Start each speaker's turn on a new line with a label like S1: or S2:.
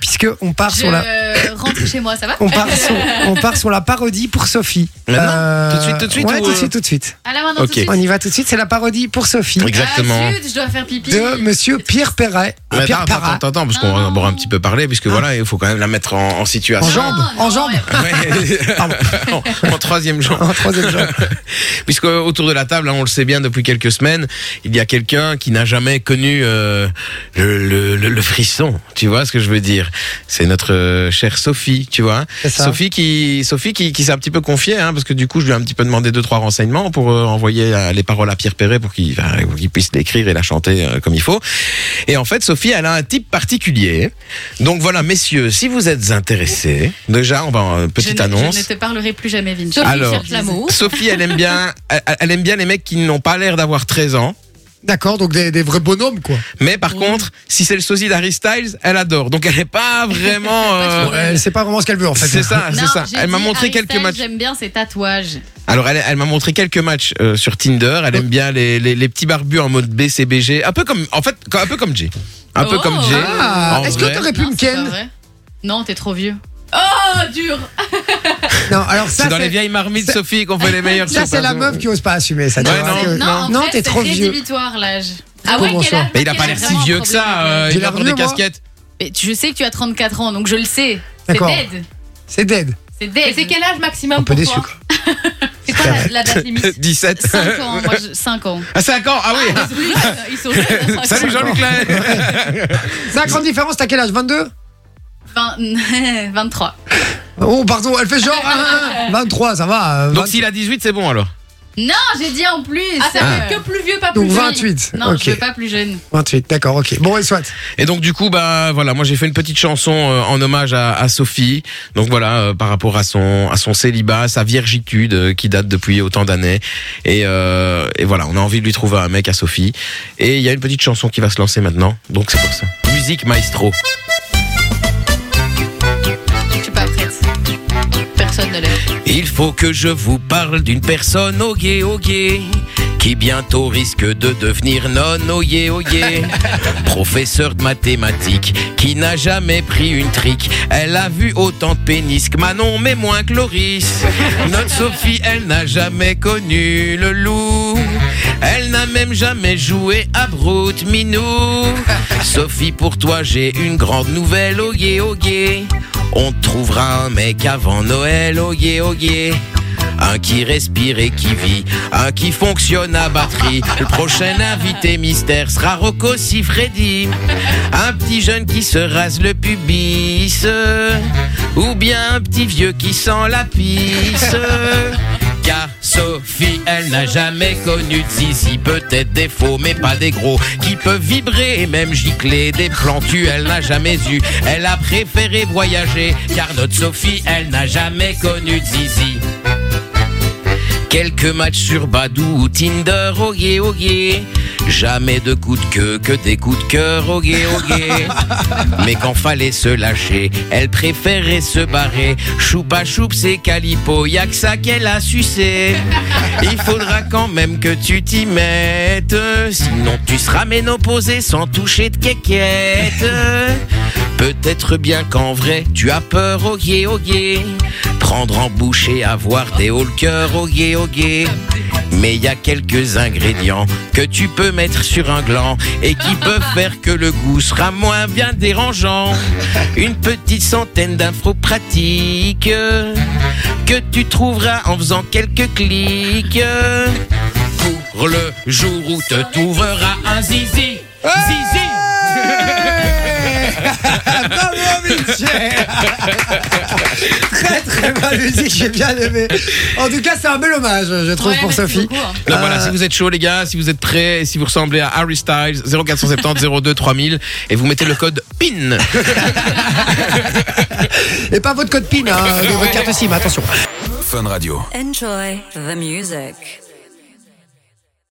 S1: parce que Euh, on part
S2: Je
S1: sur la
S2: rentre chez moi, ça va
S1: on part sur, on part sur la parodie pour Sophie.
S3: Maintenant
S1: Euh,
S3: Tout de suite, tout de suite,
S1: Ouais,
S3: ou,
S1: tout de
S3: euh,
S1: suite, tout de suite.
S2: À la main, non, tout
S3: Ok.
S2: de suite.
S1: On y va tout de suite. C'est la parodie pour Sophie
S3: Exactement.
S2: Ah, zut, je dois faire pipi.
S1: de Monsieur Pierre Perret.
S3: Mais
S1: Ah, Pierre
S3: attends,
S1: Perret.
S3: attends, attends, parce qu'on va
S2: Non.
S3: encore un petit peu parler, puisque voilà, il faut quand même la mettre en, en
S1: En
S3: situation.
S1: jambe,
S2: Ah, Non,
S1: en
S2: non,
S1: jambe.
S2: ouais.
S3: Ouais.
S1: Pardon.
S3: en, en troisième genre.
S1: En troisième jambe.
S3: Puisque euh, autour de la table, hein, on le sait bien depuis quelques semaines, il y a quelqu'un qui n'a jamais connu euh, le, le- le- le frisson. Tu vois ce que je veux dire C'est notre euh, chère Sophie, tu vois.
S1: C'est ça.
S3: Sophie qui, Sophie qui, qui s'est un petit peu confiée, hein, parce que du coup, je lui ai un petit peu demandé deux trois renseignements pour euh, envoyer euh, les paroles à Pierre Perret pour qu'il enfin, pour qu'il puisse l'écrire et la chanter euh, comme il faut. Et en fait, Sophie, elle a un type particulier. Donc voilà, messieurs, si vous êtes intéressés, déjà, on va euh,
S2: Je ne-
S3: petite
S2: Je
S3: annonce.
S2: ne te parlerai plus jamais, Vinci.
S3: Sophie Alors. cherche
S2: cherche l'amour.
S3: Sophie, elle aime bien, elle, elle aime bien les mecs qui n'ont pas l'air d'avoir 13 ans.
S1: D'accord, donc des, des vrais bonhommes quoi.
S3: Mais par contre, si c'est le sosie d'Harry Styles, elle adore. Donc elle n'est pas vraiment. euh,
S1: Bon, elle sait pas vraiment ce qu'elle veut en fait.
S3: c'est ça, c'est
S2: Non,
S3: ça.
S2: j'ai
S3: Elle m'a
S2: dit,
S3: montré
S2: Harry
S3: quelques
S2: Styles,
S3: matchs.
S2: J'aime bien ses tatouages.
S3: Alors elle, elle m'a montré quelques matchs euh, sur Tinder. Elle aime bien les, les, les petits barbus en mode BCBG, un peu comme, en fait, un peu comme Jay, un peu
S2: Oh.
S3: comme Jay.
S1: Ah,
S3: En
S1: est-ce
S3: vrai.
S1: que t'aurais pu
S2: Non,
S1: me
S2: c'est pas
S1: ken
S2: vrai. Non, t'es trop vieux. Oh, dur
S1: Non, alors ça
S3: C'est dans les vieilles marmites
S1: c'est-
S3: Sophie qu'on fait les meilleurs.
S1: Ça, c'est la meuf qui ose pas assumer ça. tu
S3: Ouais,
S1: vois,
S3: non.
S1: parce que-
S2: Non, en
S1: non,
S2: fait,
S1: t'es
S2: c'est
S1: trop vieux.
S2: rédhibitoire l'âge. Ah ouais,
S1: Comment
S2: quel
S1: ça
S2: âge
S3: Mais il a pas l'air si vieux que ça. euh,
S1: J'ai
S3: il a
S1: l'air
S3: encore des
S1: vieux, moi.
S3: casquettes.
S2: Mais tu sais que tu as 34 ans, donc je le sais. C'est
S1: D'accord.
S2: dead.
S1: C'est dead.
S2: C'est dead.
S4: Et c'est quel âge maximum
S1: Un peu
S4: pour
S1: déçu.
S4: toi
S1: quoi.
S4: C'est quoi la, la date limite
S3: 17.
S2: 5 ans, moi, 5 ans.
S3: Ah 5 ans. Ah oui.
S4: Ils sont jeunes, hein,
S3: Salut
S4: cinq ans.
S3: Jean-Luc Lahaye.
S1: C'est la grande différence, t'as quel âge 22
S2: 20 23.
S1: Oh, pardon, elle fait genre hein, hein, 23, ça va. euh,
S3: Donc
S1: 20
S3: s'il a 18, c'est bon alors.
S2: Non, j'ai dit en plus.
S4: Ah, ça
S2: euh,
S4: fait que plus vieux, pas plus
S1: Donc
S4: jeune.
S1: 28.
S2: Non,
S1: ok.
S2: je veux pas plus jeune.
S1: 28, d'accord, ok. Bon, et soit.
S3: Et donc du coup bah voilà, moi j'ai fait une petite chanson euh, en hommage à, à Sophie. Donc voilà euh, par rapport à son à son célibat, à sa viergitude euh, qui date depuis autant d'années. Et, euh, et voilà, on a envie de lui trouver un mec à Sophie. Et il y a une petite chanson qui va se lancer maintenant. Donc c'est pour ça. Musique maestro.
S2: Je suis pas prête. Personne ne l'est.
S3: Il faut que je vous parle d'une personne oh au gué au gué qui bientôt risque de devenir non oh au gué au gué. Professeur de mathématiques qui n'a jamais pris une trique. Elle a vu autant de pénis que Manon mais moins que Loris. Notre Sophie, elle n'a jamais connu le loup. Elle n'a même jamais joué à Brute Minou. Sophie, pour toi, j'ai une grande nouvelle, oh yeah, oh yeah. On te trouvera un mec avant Noël, oh yeah, oh yeah. Un qui respire et qui vit, un qui fonctionne à batterie. Le prochain invité mystère sera Rocco Siffredi. Un petit jeune qui se rase le pubis. Ou bien un petit vieux qui sent la pisse. Car Sophie, elle n'a jamais connu de zizi, peut-être des faux, mais pas des gros, qui peuvent vibrer et même gicler des plans cul, elle n'a jamais eu. Elle a préféré voyager, car notre Sophie, elle n'a jamais connu de zizi. Quelques matchs sur Badou ou Tinder, oh yeah, oh yeah. Jamais de coups de queue que des coups de cœur, oh yeah, oh yeah. Mais quand fallait se lâcher, elle préférait se barrer. Choupa choup, c'est calipo, y'a que ça qu'elle a sucé. Il faudra quand même que tu t'y mettes, sinon tu seras ménopausé sans toucher de quéquette. Peut-être bien qu'en vrai, tu as peur, oh yeah, oh yeah. Prendre en bouche et avoir des hauts le cœur, oh yeah, oh yeah. Mais il y a quelques ingrédients que tu peux mettre sur un gland et qui peuvent faire que le goût sera moins bien dérangeant. Une petite centaine d'infos pratiques que tu trouveras en faisant quelques clics. Pour le jour où te trouveras un zizi, zizi.
S1: Ah, oh, Très très bonne musique, j'ai bien aimé. En tout cas, c'est un bel hommage, je trouve,
S2: Ouais,
S1: pour
S2: merci
S1: Sophie.
S2: beaucoup, hein.
S3: Donc
S1: Euh,
S3: voilà, si vous êtes chaud les gars, si vous êtes prêts, et si vous ressemblez à Harry Styles, 0470 02 3000 et vous mettez le code PIN.
S1: Et pas votre code PIN, hein, de votre carte SIM, attention.
S5: Enjoy the music.